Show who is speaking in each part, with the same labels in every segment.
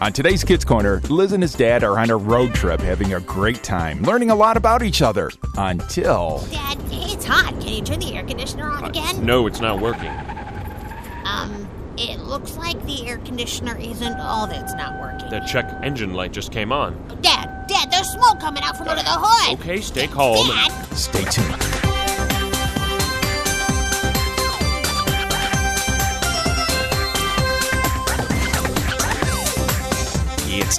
Speaker 1: On today's Kids Corner, Liz and his dad are on a road trip having a great time, learning a lot about each other. Until.
Speaker 2: Dad, it's hot. Can you turn the air conditioner
Speaker 3: Uh,
Speaker 2: on again?
Speaker 3: No, it's not working.
Speaker 2: Um, it looks like the air conditioner isn't all that's not working.
Speaker 3: The check engine light just came on.
Speaker 2: Dad, Dad, there's smoke coming out from under the hood.
Speaker 3: Okay, stay calm.
Speaker 2: Dad,
Speaker 1: Stay tuned. It's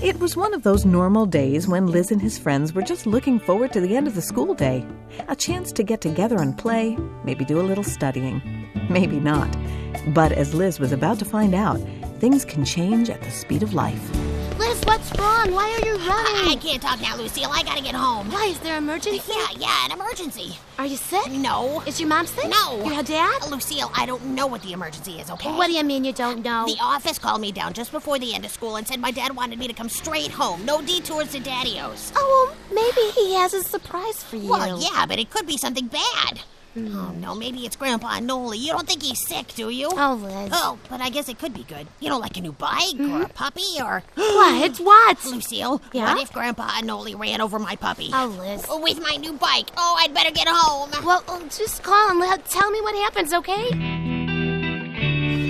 Speaker 4: It was one of those normal days when Liz and his friends were just looking forward to the end of the school day. A chance to get together and play, maybe do a little studying, maybe not. But as Liz was about to find out, things can change at the speed of life.
Speaker 5: Liz, what's wrong? Why are you
Speaker 2: I
Speaker 5: running?
Speaker 2: can't talk now, Lucille. I gotta get home.
Speaker 5: Why is there an emergency?
Speaker 2: Yeah, yeah, an emergency.
Speaker 5: Are you sick?
Speaker 2: No.
Speaker 5: Is your mom sick?
Speaker 2: No.
Speaker 5: Your dad?
Speaker 2: Lucille, I don't know what the emergency is, okay?
Speaker 5: What do you mean you don't know?
Speaker 2: The office called me down just before the end of school and said my dad wanted me to come straight home. No detours to daddios.
Speaker 5: Oh, well, maybe he has a surprise for you.
Speaker 2: Well, yeah, but it could be something bad. Oh, no, maybe it's Grandpa Noli. You don't think he's sick, do you?
Speaker 5: Oh, Liz.
Speaker 2: Oh, but I guess it could be good. You know, like a new bike or a puppy or.
Speaker 5: What? What?
Speaker 2: Lucille,
Speaker 5: Mm-hmm. Yeah?
Speaker 2: what if Grandpa Noli ran over my puppy?
Speaker 5: Oh, Liz.
Speaker 2: Oh, With my new bike. Oh, I'd better get home.
Speaker 5: Well, uh, just call and let, tell me what happens, okay?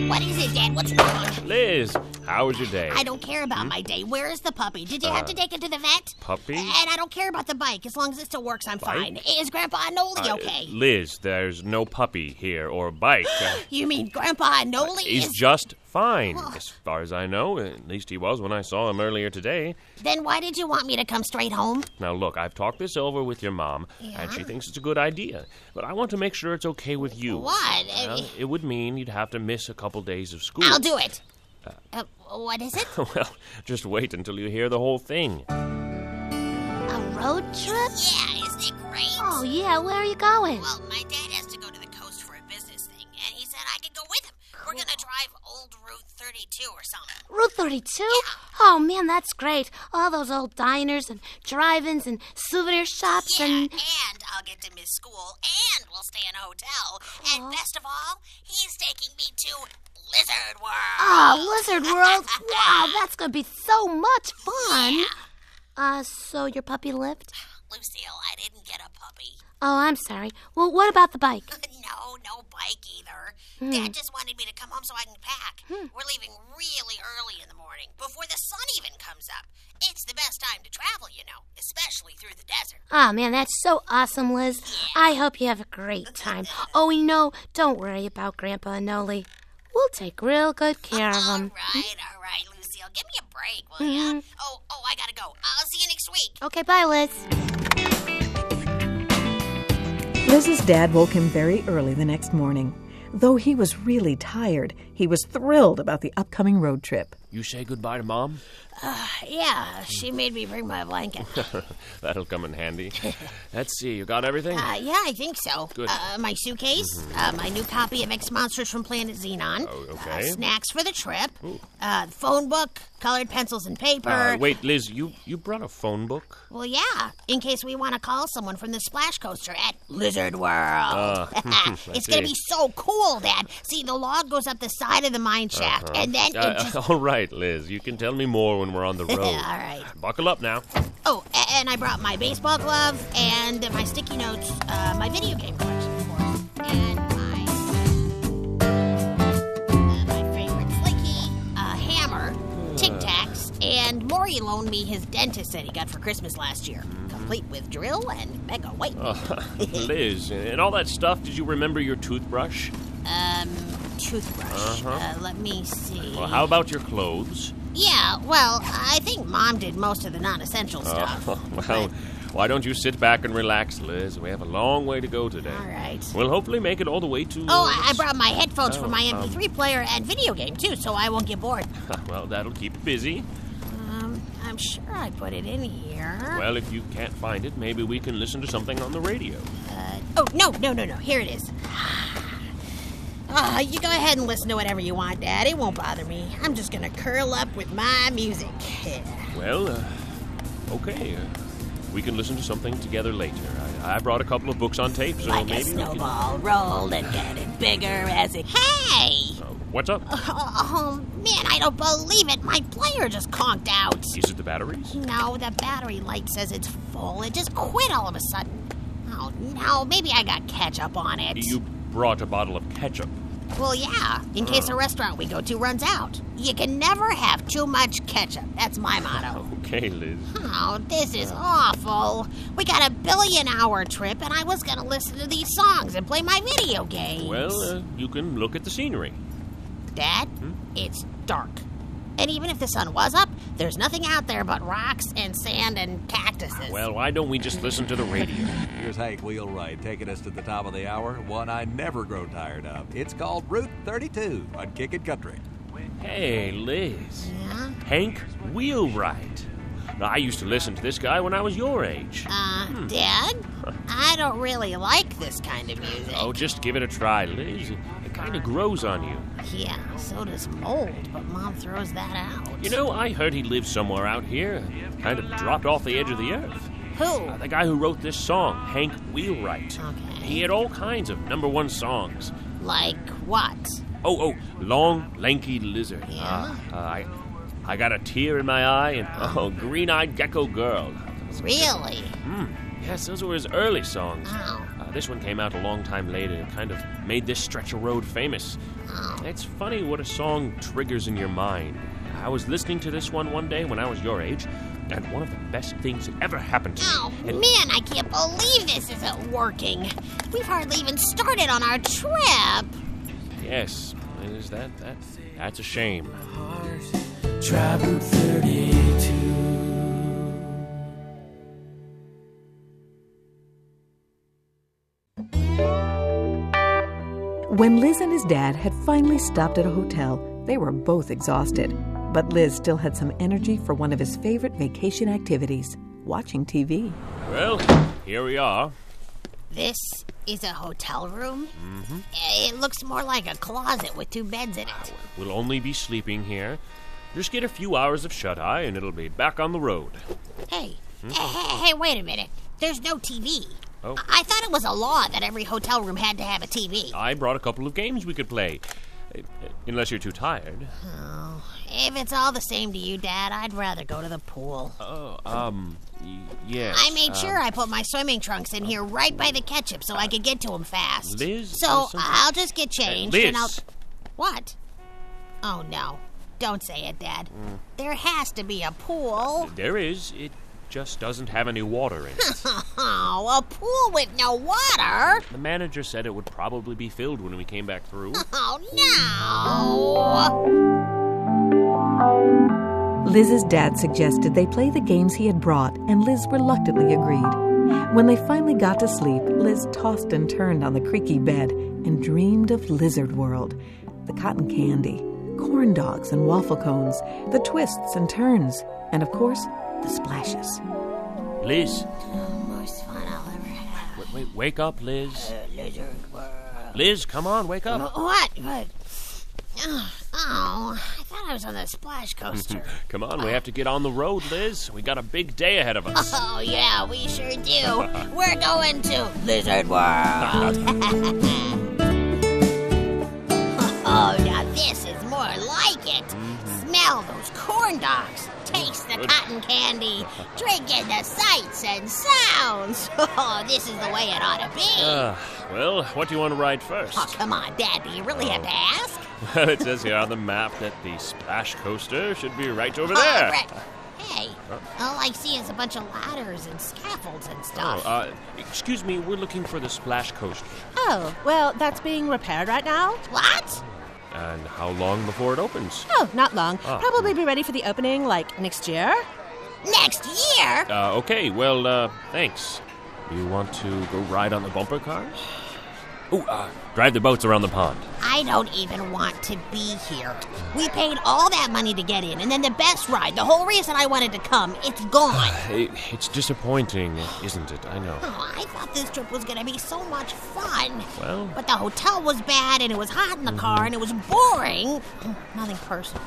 Speaker 2: What is it, Dad? What's wrong?
Speaker 3: Liz, how was your day?
Speaker 2: I don't care about my day. Where is the puppy? Did you have to take it to the vet?
Speaker 3: Hmm? Uh, puppy?
Speaker 2: And I don't care about the bike. As long as it still works, I'm fine. Is Grandpa
Speaker 3: Uh,
Speaker 2: Noli okay?
Speaker 3: Liz, there's no puppy here or bike. Uh,
Speaker 2: You mean Grandpa Noli
Speaker 3: He's
Speaker 2: is...
Speaker 3: just fine, as far as I know. At least he was when I saw him earlier today.
Speaker 2: Then why did you want me to come straight home?
Speaker 3: Now, look, I've talked this over with your mom, and she thinks it's a good idea. But I want to make sure it's okay with you.
Speaker 2: What? I
Speaker 3: Well,
Speaker 2: mean-
Speaker 3: it would mean you'd have to miss a couple days of school.
Speaker 2: I'll do it. Uh, what is it?
Speaker 3: well, just wait until you hear the whole thing.
Speaker 5: A road trip?
Speaker 2: yeah, isn't it great?
Speaker 5: Oh, yeah. Where are you going?
Speaker 2: Well, my dad has to go to the coast for a business thing, and he said I could go with him. We're going to drive Old Route 32 or something.
Speaker 5: Route 32? Oh, man, that's great. All those old diners and drive ins and souvenir shops
Speaker 2: Yeah,
Speaker 5: and.
Speaker 2: and I'll get to miss school, and we'll stay in a hotel. And best of all, he's taking me to Lizard World.
Speaker 5: Oh, Lizard World! Wow, that's gonna be so much fun! Uh, so your puppy lived?
Speaker 2: Lucille, I didn't get a puppy.
Speaker 5: Oh, I'm sorry. Well, what about the bike?
Speaker 2: No, no bike either. Dad just wanted me to come home so I can pack. We're leaving really early in the morning, before the sun even comes up. It's the best time to travel, you know, especially through the desert.
Speaker 5: Oh, man, that's so awesome, Liz. I hope you have a great time. Oh, you know, don't worry about Grandpa and Noli. We'll take real good care of
Speaker 2: All
Speaker 5: him.
Speaker 2: right, all right, Lucille, give me a break, will ya? Oh, oh, I gotta go. I'll see you next week.
Speaker 5: Okay, bye, Liz.
Speaker 4: Liz's dad woke him very early the next morning. Though he was really tired, he was thrilled about the upcoming road trip.
Speaker 3: You say goodbye to mom?
Speaker 2: Yeah, she made me bring my blanket.
Speaker 3: That'll come in handy. Let's see, you got everything?
Speaker 2: Uh, yeah, I think so.
Speaker 3: Good. Mm-hmm.
Speaker 2: Uh, my suitcase, uh, my new copy of X Monsters from Planet Xenon,
Speaker 3: Oh,
Speaker 2: uh,
Speaker 3: okay.
Speaker 2: snacks for the trip, uh, the phone book, colored pencils and paper.
Speaker 3: Uh, wait, Liz, you, you brought a phone book?
Speaker 2: Well, yeah, in case we want to call someone from the splash coaster at Lizard World. it's going to
Speaker 3: Uh, see.
Speaker 2: be so cool, Dad. See, the log goes up the side of the mine shaft, and then it
Speaker 3: Uh,
Speaker 2: just.
Speaker 3: all right, Liz, you can tell me more when we're on the road.
Speaker 2: all right.
Speaker 3: Buckle up now.
Speaker 2: Oh, a- and I brought my baseball glove and my sticky notes, uh, my video game collection, of course, and my uh, my favorite slinky, uh, hammer, Tic Tacs, and Maury loaned me his dentist that he got for Christmas last year, complete with drill and mega weight.
Speaker 3: Liz, and all that stuff, did you remember your toothbrush?
Speaker 2: Um, toothbrush. uh let me see.
Speaker 3: Well, how about your clothes?
Speaker 2: Yeah, well, I think Mom did most of the non-essential stuff.
Speaker 3: well, why don't you sit back and relax, Liz? We have a long way to go today.
Speaker 2: All right.
Speaker 3: We'll hopefully make it all the way to.
Speaker 2: Oh, I I brought my headphones for my MP3 player and video game too, so I won't get bored.
Speaker 3: well, that'll keep you busy.
Speaker 2: Um, I'm I'm sure I put it in here.
Speaker 3: Well, if you can't find it, maybe we can listen to something on the radio.
Speaker 2: Oh, no, no, no, no. Here it is. Ah, you go ahead and listen to whatever you want, Dad. It won't bother me. I'm just gonna curl up with my music. Yeah.
Speaker 3: Well, uh, okay. Uh, we can listen to something together later. I, I brought a couple of books on tape, so
Speaker 2: Like
Speaker 3: maybe.
Speaker 2: a
Speaker 3: we can-
Speaker 2: snowball rolled and getting bigger as it. Hey!
Speaker 3: Uh, what's up?
Speaker 2: Oh, man, I don't believe it. My player just conked out.
Speaker 3: Is it the batteries?
Speaker 2: No, the battery light says it's full. It just quit all of a sudden. Oh, no, maybe I got ketchup on it.
Speaker 3: You brought a bottle of ketchup.
Speaker 2: Well, yeah, in
Speaker 3: Uh.
Speaker 2: case a restaurant we go to runs out. You can never have too much ketchup. That's my motto.
Speaker 3: Okay, Liz.
Speaker 2: Oh, this is awful. We got a billion hour trip, and I was going to listen to these songs and play my video games.
Speaker 3: Well, uh, hmm? you can look at the scenery.
Speaker 2: Dad, it's dark. And even if the sun was up, there's nothing out there but rocks and sand and cactuses.
Speaker 3: Well, why don't we just listen to the radio?
Speaker 6: Here's Hank Wheelwright taking us to the top of the hour, one I never grow tired of. It's called Route 32 on Kickin' Country.
Speaker 3: Hey, Liz.
Speaker 2: Uh-huh.
Speaker 3: Hank Wheelwright. I used to listen to this guy when I was your age.
Speaker 2: uh, Dad, I don't really like this kind of music.
Speaker 3: Oh, just give it a try, Liz. It kind of grows on you.
Speaker 2: Yeah, so does mold, but Mom throws that out.
Speaker 3: You know, I heard he lived somewhere out here, kind of dropped off the edge of the earth.
Speaker 2: who?
Speaker 3: The guy who wrote this song, Hank Wheelwright.
Speaker 2: Okay.
Speaker 3: He had all kinds of number one songs.
Speaker 2: Like what?
Speaker 3: Oh, oh, long, lanky lizard.
Speaker 2: Yeah?
Speaker 3: Ah, uh, I, I got a tear in my eye, and oh, green-eyed gecko girl.
Speaker 2: Really?
Speaker 3: Yes, those were his early songs.
Speaker 2: Wow.
Speaker 3: Uh, this one came out a long time later and kind of made this stretch of road famous. It's funny what a song triggers in your mind. I was listening to this one one day when I was your age, and one of the best things that ever happened to me.
Speaker 2: Oh,
Speaker 3: and-
Speaker 2: man, I can't believe this isn't working. We've hardly even started on our trip.
Speaker 3: Yes, is that that? That's a shame.
Speaker 4: When Liz and his dad had finally stopped at a hotel, they were both exhausted. But Liz still had some energy for one of his favorite vacation activities watching TV.
Speaker 3: Well, here we are.
Speaker 2: This is a hotel room? Mm-hmm. It looks more like a closet with two beds in it.
Speaker 3: We'll only be sleeping here. Just get a few hours of shut eye, and it'll be back on the road.
Speaker 2: Hey, hey, hey, hey, wait a minute. There's no TV.
Speaker 3: Hmm? Oh.
Speaker 2: I-, I thought it was a law that every hotel room had to have a TV.
Speaker 3: I brought a couple of games we could play, Uh, unless you're too tired.
Speaker 2: If it's all the same to you, Dad, I'd rather go to the pool.
Speaker 3: Oh, um, y- yes. uh,
Speaker 2: I made sure I put my swimming trunks in here right by the ketchup so I could get to them fast.
Speaker 3: Liz,
Speaker 2: so
Speaker 3: there's something-
Speaker 2: I'll just get
Speaker 3: uh,
Speaker 2: changed
Speaker 3: Liz,
Speaker 2: and I'll. What? Oh no! Don't say it, Dad.
Speaker 3: Mm.
Speaker 2: There has to be a pool.
Speaker 3: there is. It just doesn't have any water in it.
Speaker 2: Oh, a pool with no water.
Speaker 3: the manager said it would probably be filled when we came back through.
Speaker 2: Oh no!
Speaker 4: Liz's dad suggested they play the games he had brought, and Liz reluctantly agreed. When they finally got to sleep, Liz tossed and turned on the creaky bed and dreamed of Lizard World the cotton candy, corn dogs and waffle cones, the twists and turns, and of course, the splashes.
Speaker 3: Liz,
Speaker 2: Most fun I'll ever have.
Speaker 3: wait, wait, wake up, Liz.
Speaker 2: Lizard world.
Speaker 3: Liz, come on, wake up.
Speaker 2: What? What? Oh, I thought I was on the splash coaster.
Speaker 3: Come on, we have to get on the road, Liz. We got a big day ahead of us.
Speaker 2: Oh, yeah, we sure do. We're going to Lizard World. oh, now this is more like it. Smell those corn dogs. Taste the
Speaker 3: Good.
Speaker 2: cotton candy. Drink in the sights and sounds. Oh, this is the way it ought to be.
Speaker 3: Uh, well, what do you want to ride
Speaker 2: Oh,
Speaker 3: first?
Speaker 2: come on, Dad. Do you really have to ask?
Speaker 3: Well, it says here on the map that the splash coaster should be right over
Speaker 2: Oh,
Speaker 3: there. Uh.
Speaker 2: right. Hey, all I see is a bunch of ladders and scaffolds and
Speaker 3: Oh,
Speaker 2: stuff.
Speaker 3: uh, excuse me, we're looking for the splash coaster.
Speaker 7: Oh, well, that's being repaired right now.
Speaker 2: what?
Speaker 3: And how long before it opens?
Speaker 7: Oh, not long.
Speaker 3: Ah.
Speaker 7: Probably be ready for the opening, like, next year.
Speaker 2: Next year?
Speaker 3: Uh, okay, well, uh, thanks. You want to go ride on the bumper car? Ooh, uh, drive the boats around the pond.
Speaker 2: I don't even want to be here. We paid all that money to get in, and then the best ride, the whole reason I wanted to come, it's gone.
Speaker 3: It, it's disappointing, isn't it? I know.
Speaker 2: Oh, I thought this trip was gonna be so much fun.
Speaker 3: Well-
Speaker 2: but the hotel was bad, and it was hot in the car, and it was boring. Nothing personal.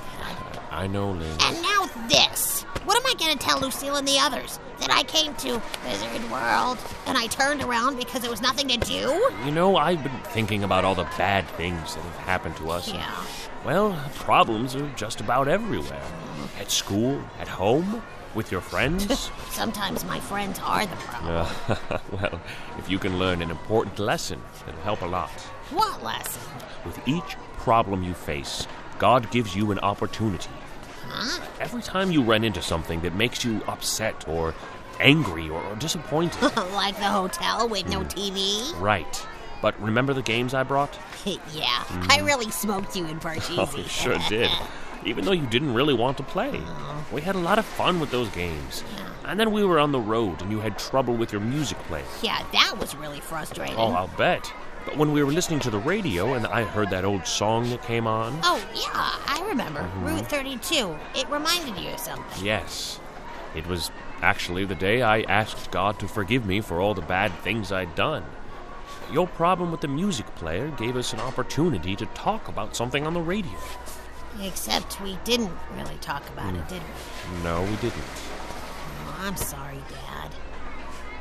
Speaker 3: I know, Liz.
Speaker 2: And now this. What am I gonna tell Lucille and the others? That I came to Wizard World and I turned around because there was nothing to do?
Speaker 3: You know, I've been thinking about all the bad things that have happened to us.
Speaker 2: Yeah.
Speaker 3: Well, problems are just about everywhere. At school, at home, with your friends.
Speaker 2: Sometimes my friends are the problem.
Speaker 3: Uh, well, if you can learn an important lesson, it'll help a lot.
Speaker 2: What lesson?
Speaker 3: With each problem you face, God gives you an opportunity. Every time you run into something that makes you upset or angry or disappointed,
Speaker 2: like the hotel with no TV?
Speaker 3: right. But remember the games I brought?
Speaker 2: yeah, I really smoked you in Parcheesi.
Speaker 3: Oh, you sure did. Even though you didn't really want to play. We had a lot of fun with those games. And then we were on the road and you had trouble with your music playing.
Speaker 2: yeah, that was really frustrating.
Speaker 3: Oh, I'll bet. But when we were listening to the radio and I heard that old song that came on.
Speaker 2: Oh, yeah, I remember.
Speaker 3: Mm-hmm.
Speaker 2: Route 32. It reminded you of something.
Speaker 3: Yes. It was actually the day I asked God to forgive me for all the bad things I'd done. Your problem with the music player gave us an opportunity to talk about something on the radio.
Speaker 2: Except we didn't really talk about
Speaker 3: Hmm.
Speaker 2: it, did we?
Speaker 3: No, we didn't.
Speaker 2: Oh, I'm sorry, Dad.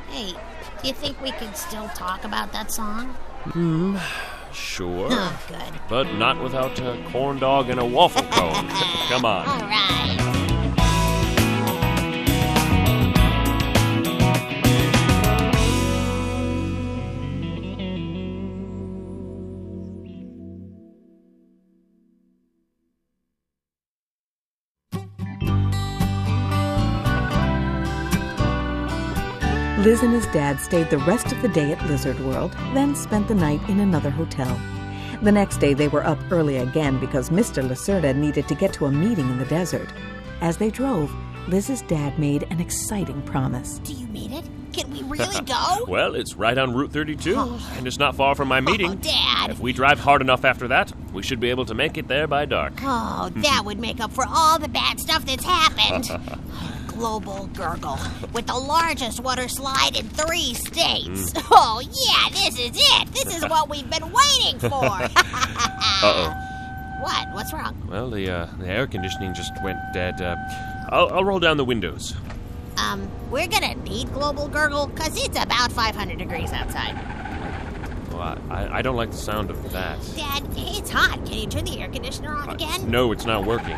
Speaker 2: Hey, do you think we can still talk about that song?
Speaker 3: Sure.
Speaker 2: Oh, good.
Speaker 3: but not without a corn dog and a waffle cone. Come on.
Speaker 2: All right.
Speaker 4: Liz and his dad stayed the rest of the day at Lizard World, then spent the night in another hotel. The next day, they were up early again because Mr. Lacerda needed to get to a meeting in the desert. As they drove, Liz's dad made an exciting promise.
Speaker 2: Do you mean it? Can we really go?
Speaker 3: Well, it's right on Route 32, and it's not far from my meeting.
Speaker 2: Oh, Dad.
Speaker 3: If we drive hard enough after that, we should be able to make it there by dark.
Speaker 2: Oh, that would make up for all the bad stuff that's happened. Global gurgle with the largest water slide in three states.
Speaker 3: Mm.
Speaker 2: Oh, yeah, this is it. This is what we've been waiting for.
Speaker 3: Uh-oh.
Speaker 2: What? What's wrong?
Speaker 3: Well, the, uh, the air conditioning just went dead. Uh, I'll, I'll roll down the windows.
Speaker 2: Um, we're gonna need global gurgle because it's about 500 degrees outside.
Speaker 3: Oh, I, I I don't like the sound of that.
Speaker 2: Dad, it's hot. Can you turn the air conditioner on again?
Speaker 3: No, it's not working.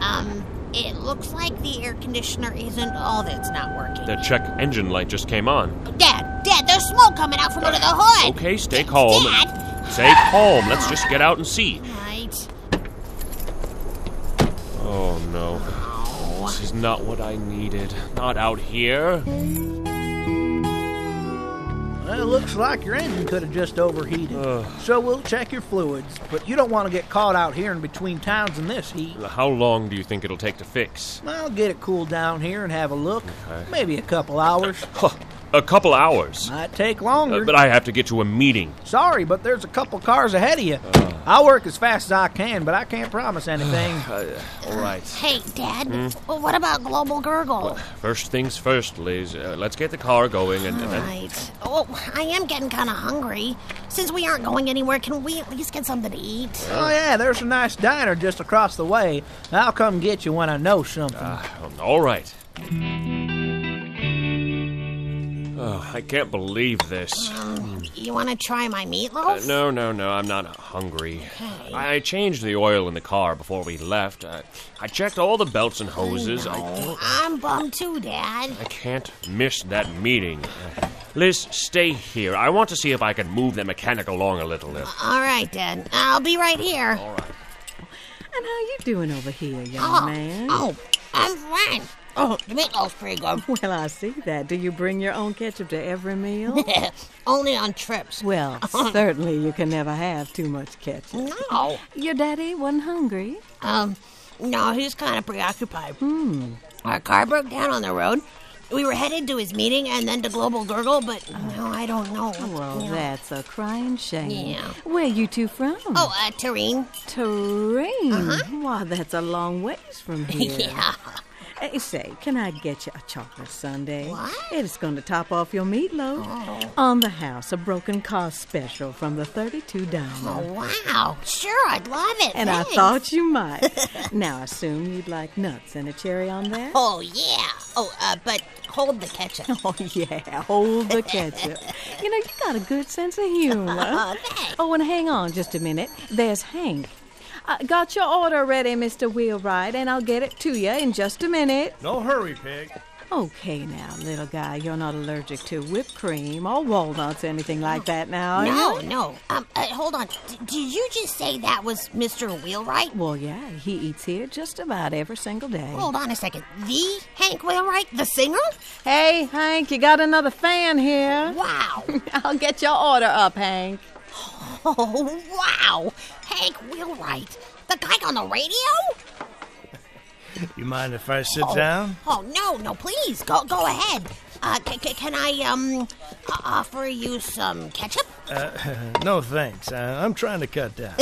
Speaker 2: Um, it looks like the air conditioner isn't all that's not working.
Speaker 3: The check engine light just came on.
Speaker 2: Dad, Dad, there's smoke coming out from under the hood.
Speaker 3: Okay, stay calm.
Speaker 2: Dad.
Speaker 3: Stay calm. Let's just get out and see.
Speaker 2: Right.
Speaker 3: Oh, no. This is not what I needed. Not out here.
Speaker 8: Well, it looks like your engine could have just overheated. so we'll check your fluids, but you don't want to get caught out here in between towns in this heat.
Speaker 3: How long do you think it'll take to fix?
Speaker 8: I'll get it cooled down here and have a look. Maybe a couple hours.
Speaker 3: Huh, a couple hours.
Speaker 8: Might take
Speaker 3: Uh,
Speaker 8: longer.
Speaker 3: but I have to get to a meeting.
Speaker 8: Sorry, but there's a couple cars ahead of you.
Speaker 3: Uh.
Speaker 8: I'll work as fast as I can, but I can't promise anything.
Speaker 3: Uh, All right.
Speaker 2: Hey, Dad, well, what about Global Gurgle?
Speaker 3: First things first, Liz. Uh, let's get the car going and, and then-
Speaker 2: Right. Oh, I am getting kind of hungry. Since we aren't going anywhere, can we at least get something to eat?
Speaker 8: oh, yeah, there's a nice diner just across the way. I'll come get you when I know something.
Speaker 9: Ah.
Speaker 3: Um, all right. Oh, I can't believe this.
Speaker 2: You want to try my
Speaker 3: Uh,
Speaker 2: meatloaf?
Speaker 3: no, no, no, I'm not hungry. I changed the oil in the car before we left. I, I checked all the belts and hoses. I,
Speaker 2: I'm bummed too, Dad.
Speaker 3: I can't miss that meeting. Uh, Liz, stay here. I want to see if I can move that mechanic along a little. Uh,
Speaker 2: All right, Dad. I'll be right here.
Speaker 4: And how you doing over here, young
Speaker 2: Oh,
Speaker 4: man?
Speaker 2: oh, I'm fine. Oh, the meatloaf's pretty good.
Speaker 4: Well, I see that. Do you bring your own ketchup to every meal?
Speaker 2: Only on trips.
Speaker 4: well, certainly you can never have too much ketchup.
Speaker 2: No.
Speaker 4: Your daddy wasn't hungry.
Speaker 2: Hmm. Um, no, he's kind of preoccupied. Our car broke down on the road, We were headed to his meeting and then to Global Gurgle, but no, I don't know.
Speaker 4: Well,
Speaker 2: No.
Speaker 4: that's a crying shame.
Speaker 2: Yeah.
Speaker 4: Where you two from?
Speaker 2: Oh, uh, Tareen.
Speaker 4: Terrain. Wow, that's a long ways from here.
Speaker 2: Uh-huh. Yeah.
Speaker 4: Hey, say, can I get you a chocolate sundae?
Speaker 2: What? Oh.
Speaker 4: It's going to top off your meatloaf. On the house, a broken car special from the $32.
Speaker 2: Oh, wow. Sure, I'd love it.
Speaker 4: And
Speaker 2: Thanks.
Speaker 4: I thought you might. now, I assume you'd like nuts and a cherry on that?
Speaker 2: Oh, yeah. Oh, uh, but hold the ketchup.
Speaker 4: Oh, yeah, hold the ketchup. you know, you got a good sense of humor.
Speaker 2: thanks.
Speaker 4: oh, and hang on just a minute. There's Hank. Uh, got your order ready, Mr. Wheelwright, and I'll get it to you in just a minute.
Speaker 9: No hurry, pig.
Speaker 4: Okay, now, little guy, you're not allergic to whipped cream or walnuts, anything like that now. are
Speaker 2: Oh, No,
Speaker 4: you?
Speaker 2: no. Um, uh, hold on. D- did you just say that was Mr. Wheelwright?
Speaker 4: Well, yeah, he eats here just about every single day.
Speaker 2: Hold on a second. The Hank Wheelwright, the singer?
Speaker 4: Hey, Hank, you got another fan here.
Speaker 2: Wow.
Speaker 4: I'll get your order up, Hank.
Speaker 2: Oh, wow. Hank Wheelwright. The guy on the radio?
Speaker 9: You mind if I sit down?
Speaker 2: Oh no, no, please go go ahead. Uh, c- c- can I um o- offer you some ketchup?
Speaker 9: No, thanks. Uh, I'm trying to cut down.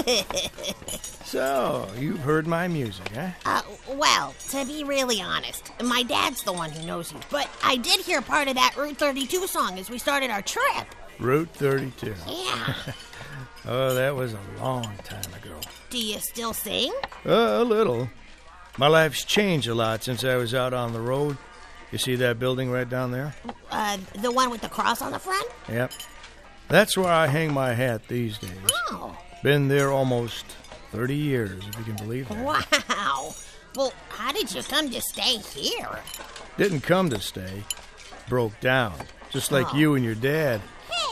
Speaker 9: so, you've heard my music, huh?
Speaker 2: Uh, well, to be really honest, my dad's the one who knows you. But I did hear part of that Route 32 song as we started our trip.
Speaker 9: Route 32.
Speaker 2: Yeah.
Speaker 9: Oh, that was a long time ago.
Speaker 2: Do you still sing?
Speaker 9: Uh, a little. My life's changed a lot since I was out on the road. You see that building right down there?
Speaker 2: Uh, the one with the cross on the front?
Speaker 9: Yep. That's where I hang my hat these days.
Speaker 2: Oh,
Speaker 9: Been there almost 30 years, if you can believe that.
Speaker 2: wow. Well, how did you come to stay here?
Speaker 9: Didn't come to stay. Broke down. Just like you and your dad.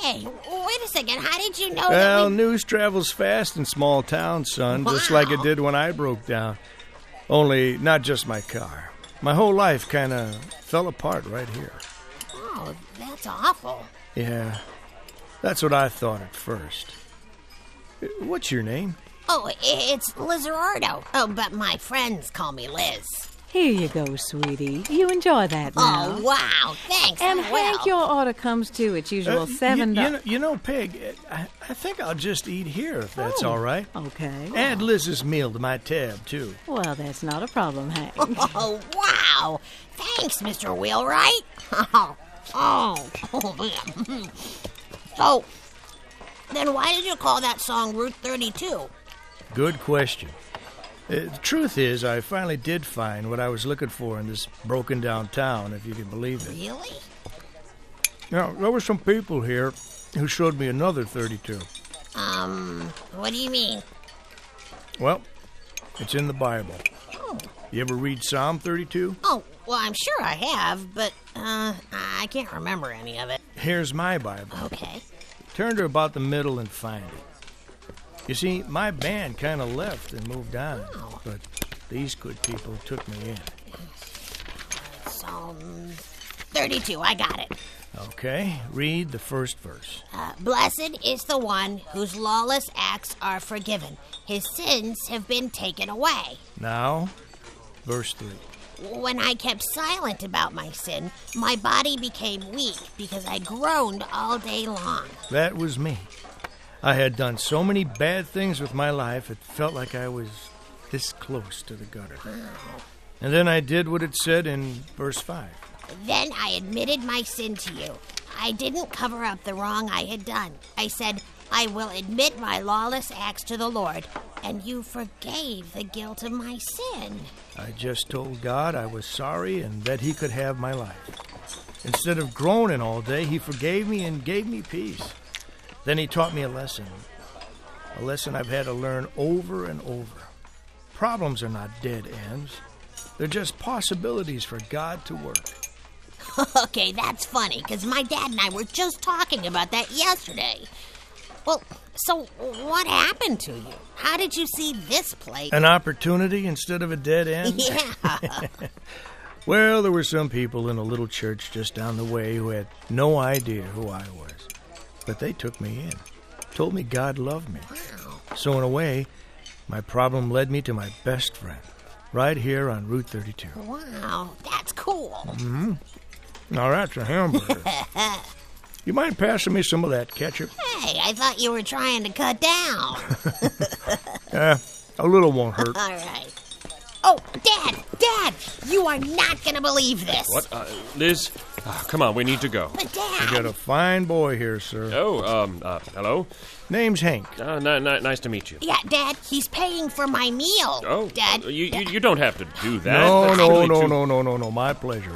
Speaker 2: Hey, wait a second. How did you know that?
Speaker 9: Well,
Speaker 2: we-
Speaker 9: news travels fast in small towns, son, just
Speaker 2: Wow.
Speaker 9: like it did when I broke down. Only not just my car. My whole life kind of fell apart right here.
Speaker 2: Oh, that's awful.
Speaker 9: Yeah, that's what I thought at first. Uh, What's your name?
Speaker 2: Oh, i- it's Lizardo. Oh, but my friends call me Liz.
Speaker 4: Here you go, sweetie. You enjoy that now.
Speaker 2: Oh, wow. Thanks.
Speaker 4: And
Speaker 2: I will.
Speaker 4: Hank, your order comes to its usual
Speaker 9: Uh, you-
Speaker 4: seven
Speaker 9: You,
Speaker 4: dollars.
Speaker 9: know, you know, Pig, uh, I, I think I'll just eat here if that's all right.
Speaker 4: Okay.
Speaker 9: Add Liz's meal to my tab, too.
Speaker 4: Well, that's not a problem, Hank.
Speaker 2: Oh, wow. Thanks, Mr. Wheelwright. Oh, oh, man. So, then why did you call that song Route 32?
Speaker 9: Good question. Uh, the truth is, I finally did find what I was looking for in this broken down town, if you can believe it.
Speaker 2: Really?
Speaker 9: Now, there were some people here who showed me another 32.
Speaker 2: Um, what do you mean?
Speaker 9: Well, it's in the Bible.
Speaker 2: Oh,
Speaker 9: You ever read Psalm 32?
Speaker 2: oh well, I'm sure I have, but uh, I can't remember any of it.
Speaker 9: Here's my Bible.
Speaker 2: Okay.
Speaker 9: Turn to about the middle and find it. You see, my band kind of left and moved on,
Speaker 2: Wow.
Speaker 9: but these good people took me in.
Speaker 2: So, um, 32, I got it.
Speaker 9: Okay, read the first verse.
Speaker 2: Uh, Blessed is the one whose lawless acts are forgiven, his sins have been taken away.
Speaker 9: Now, verse 3.
Speaker 2: When I kept silent about my sin, my body became weak because I groaned all day long.
Speaker 9: That was me. I had done so many bad things with my life, it felt like I was this close to the gutter. And then I did what it said in verse 5.
Speaker 2: Then I admitted my sin to you. I didn't cover up the wrong I had done. I said, I will admit my lawless acts to the Lord, and you forgave the guilt of my sin.
Speaker 9: I just told God I was sorry and that He could have my life. Instead of groaning all day, He forgave me and gave me peace. Then He taught me a lesson, a lesson I've had to learn over and over. Problems are not dead ends, they're just possibilities for God to work.
Speaker 2: Okay, that's funny, because my dad and I were just talking about that yesterday. Well, so what happened to you? How did you see this place?
Speaker 9: An opportunity instead of a dead end?
Speaker 2: yeah.
Speaker 9: Well, there were some people in a little church just down the way who had no idea who I was. But they took me in, told me God loved me. So, in a way, my problem led me to my best friend, right here on Route 32.
Speaker 2: Wow, that's cool.
Speaker 9: Now that's a hamburger.
Speaker 2: hey,
Speaker 9: You mind passing me some of that ketchup?
Speaker 2: I thought you were trying to cut down.
Speaker 9: Eh, a little won't
Speaker 2: All
Speaker 9: hurt.
Speaker 2: right. Oh, Dad, Dad, you are not going to believe this.
Speaker 3: What? Uh, Liz? Ah, come on, we need to go.
Speaker 2: But Dad,
Speaker 9: You got a fine boy here, sir.
Speaker 3: Oh, um, uh, hello?
Speaker 9: Name's Hank.
Speaker 3: Uh, ni- ni- nice to meet you.
Speaker 2: yeah, Dad, he's paying for my meal.
Speaker 3: Oh,
Speaker 2: Dad,
Speaker 3: uh, you, you, you don't have to do that.
Speaker 9: no,
Speaker 3: That's
Speaker 9: no,
Speaker 3: really
Speaker 9: no,
Speaker 3: too-
Speaker 9: no, no, no, no. My pleasure.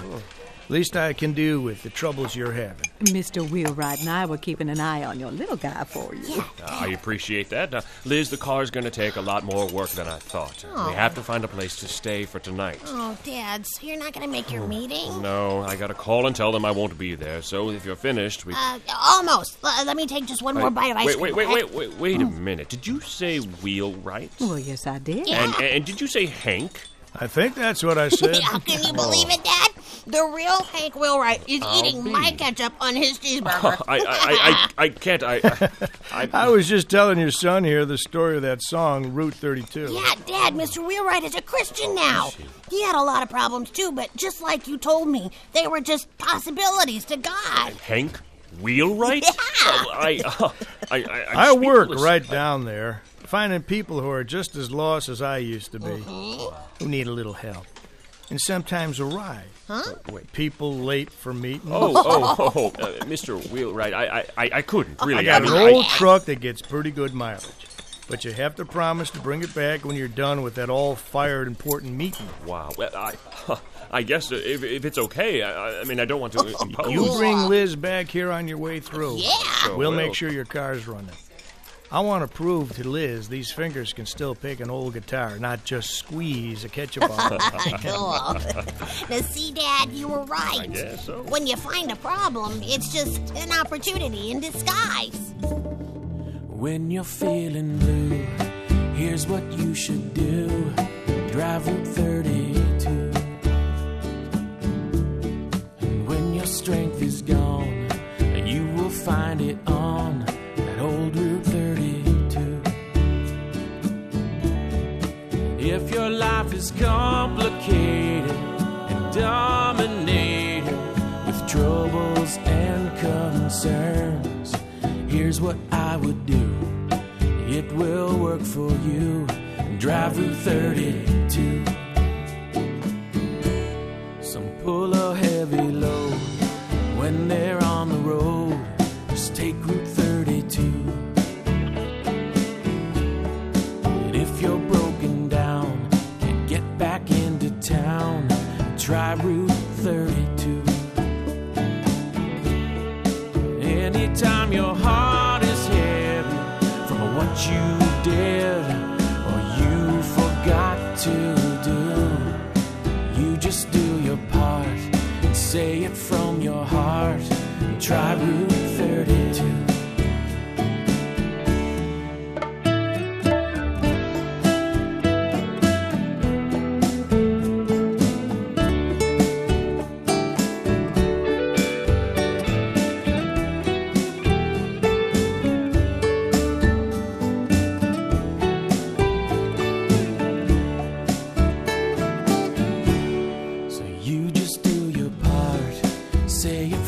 Speaker 9: Least I can do with the troubles you're having.
Speaker 4: Mr. Wheelwright and I were keeping an eye on your little guy for you.
Speaker 3: Uh, I appreciate that. Uh, Liz, the car's going to take a lot more work than I thought. Uh,
Speaker 2: Oh.
Speaker 3: We have to find a place to stay for tonight.
Speaker 2: oh, Dad, so you're not going to make your meeting?
Speaker 3: Oh, No, I got to call and tell them I won't be there. So if you're finished, we.
Speaker 2: Uh, almost. L- let me take just one more
Speaker 3: Wait,
Speaker 2: bite of ice
Speaker 3: wait,
Speaker 2: cream.
Speaker 3: wait, wait,
Speaker 2: okay?
Speaker 3: wait, wait, wait a
Speaker 9: Mm.
Speaker 3: minute. Did you say wheelwright?
Speaker 4: Well, yes, I did.
Speaker 2: Yeah.
Speaker 3: And, and did you say Hank?
Speaker 9: I think that's what I said.
Speaker 2: How Oh, can you believe it, Dad? The real Hank Wheelwright is
Speaker 3: I'll
Speaker 2: eating
Speaker 3: be.
Speaker 2: my ketchup on his cheeseburger.
Speaker 3: I, I, I, I, I can't. I, uh, I,
Speaker 9: I was just telling your son here the story of that song, Route 32.
Speaker 2: yeah, Dad, Mr. Wheelwright is a
Speaker 3: Oh,
Speaker 2: Christian now. He had a lot of problems too, but just like you told me, they were just possibilities to God.
Speaker 3: Hank Wheelwright? Oh, I, uh, I, I, I'm
Speaker 9: I work
Speaker 3: speechless.
Speaker 9: right down there, finding people who are just as lost as I used to be, who need a little help, and sometimes a ride. Huh?
Speaker 3: Wait.
Speaker 9: People late for meetings.
Speaker 3: Oh, oh, oh, oh, uh, Mr. Wheelwright, I, I, I, I couldn't
Speaker 9: I
Speaker 3: really.
Speaker 9: got
Speaker 3: mean,
Speaker 9: an
Speaker 3: I-
Speaker 9: old truck that gets pretty good mileage, but you have to promise to bring it back when you're done with that all-fired important meeting.
Speaker 3: Wow. Well, I, I guess if, if it's okay, I, I mean, I don't want to impose.
Speaker 9: Oh, You bring Liz back here on your way through.
Speaker 2: Yeah.
Speaker 3: So
Speaker 9: We'll
Speaker 3: well.
Speaker 9: make sure your car's running. I want to prove to Liz these fingers can still pick an old guitar, not just squeeze a ketchup bottle.
Speaker 2: cool. now, see, Dad, you were right.
Speaker 3: guess so.
Speaker 2: When you find a problem, it's just an opportunity in disguise.
Speaker 10: When you're feeling blue, here's what you should do drive Route 32. And when your strength is gone, you will find it on that old Route 32. If your life is complicated and dominated with troubles and concerns, here's what I would do. It will work for you. Drive Route 32. Some pull a heavy load when they're on the road. Just take Route 32. And if you're broken down, can't get back into town, try Route 32. Anytime your heart is heavy from what you did or you forgot to do, you just do your part and say it from your heart. and Try Route 32. So you just do your part, say it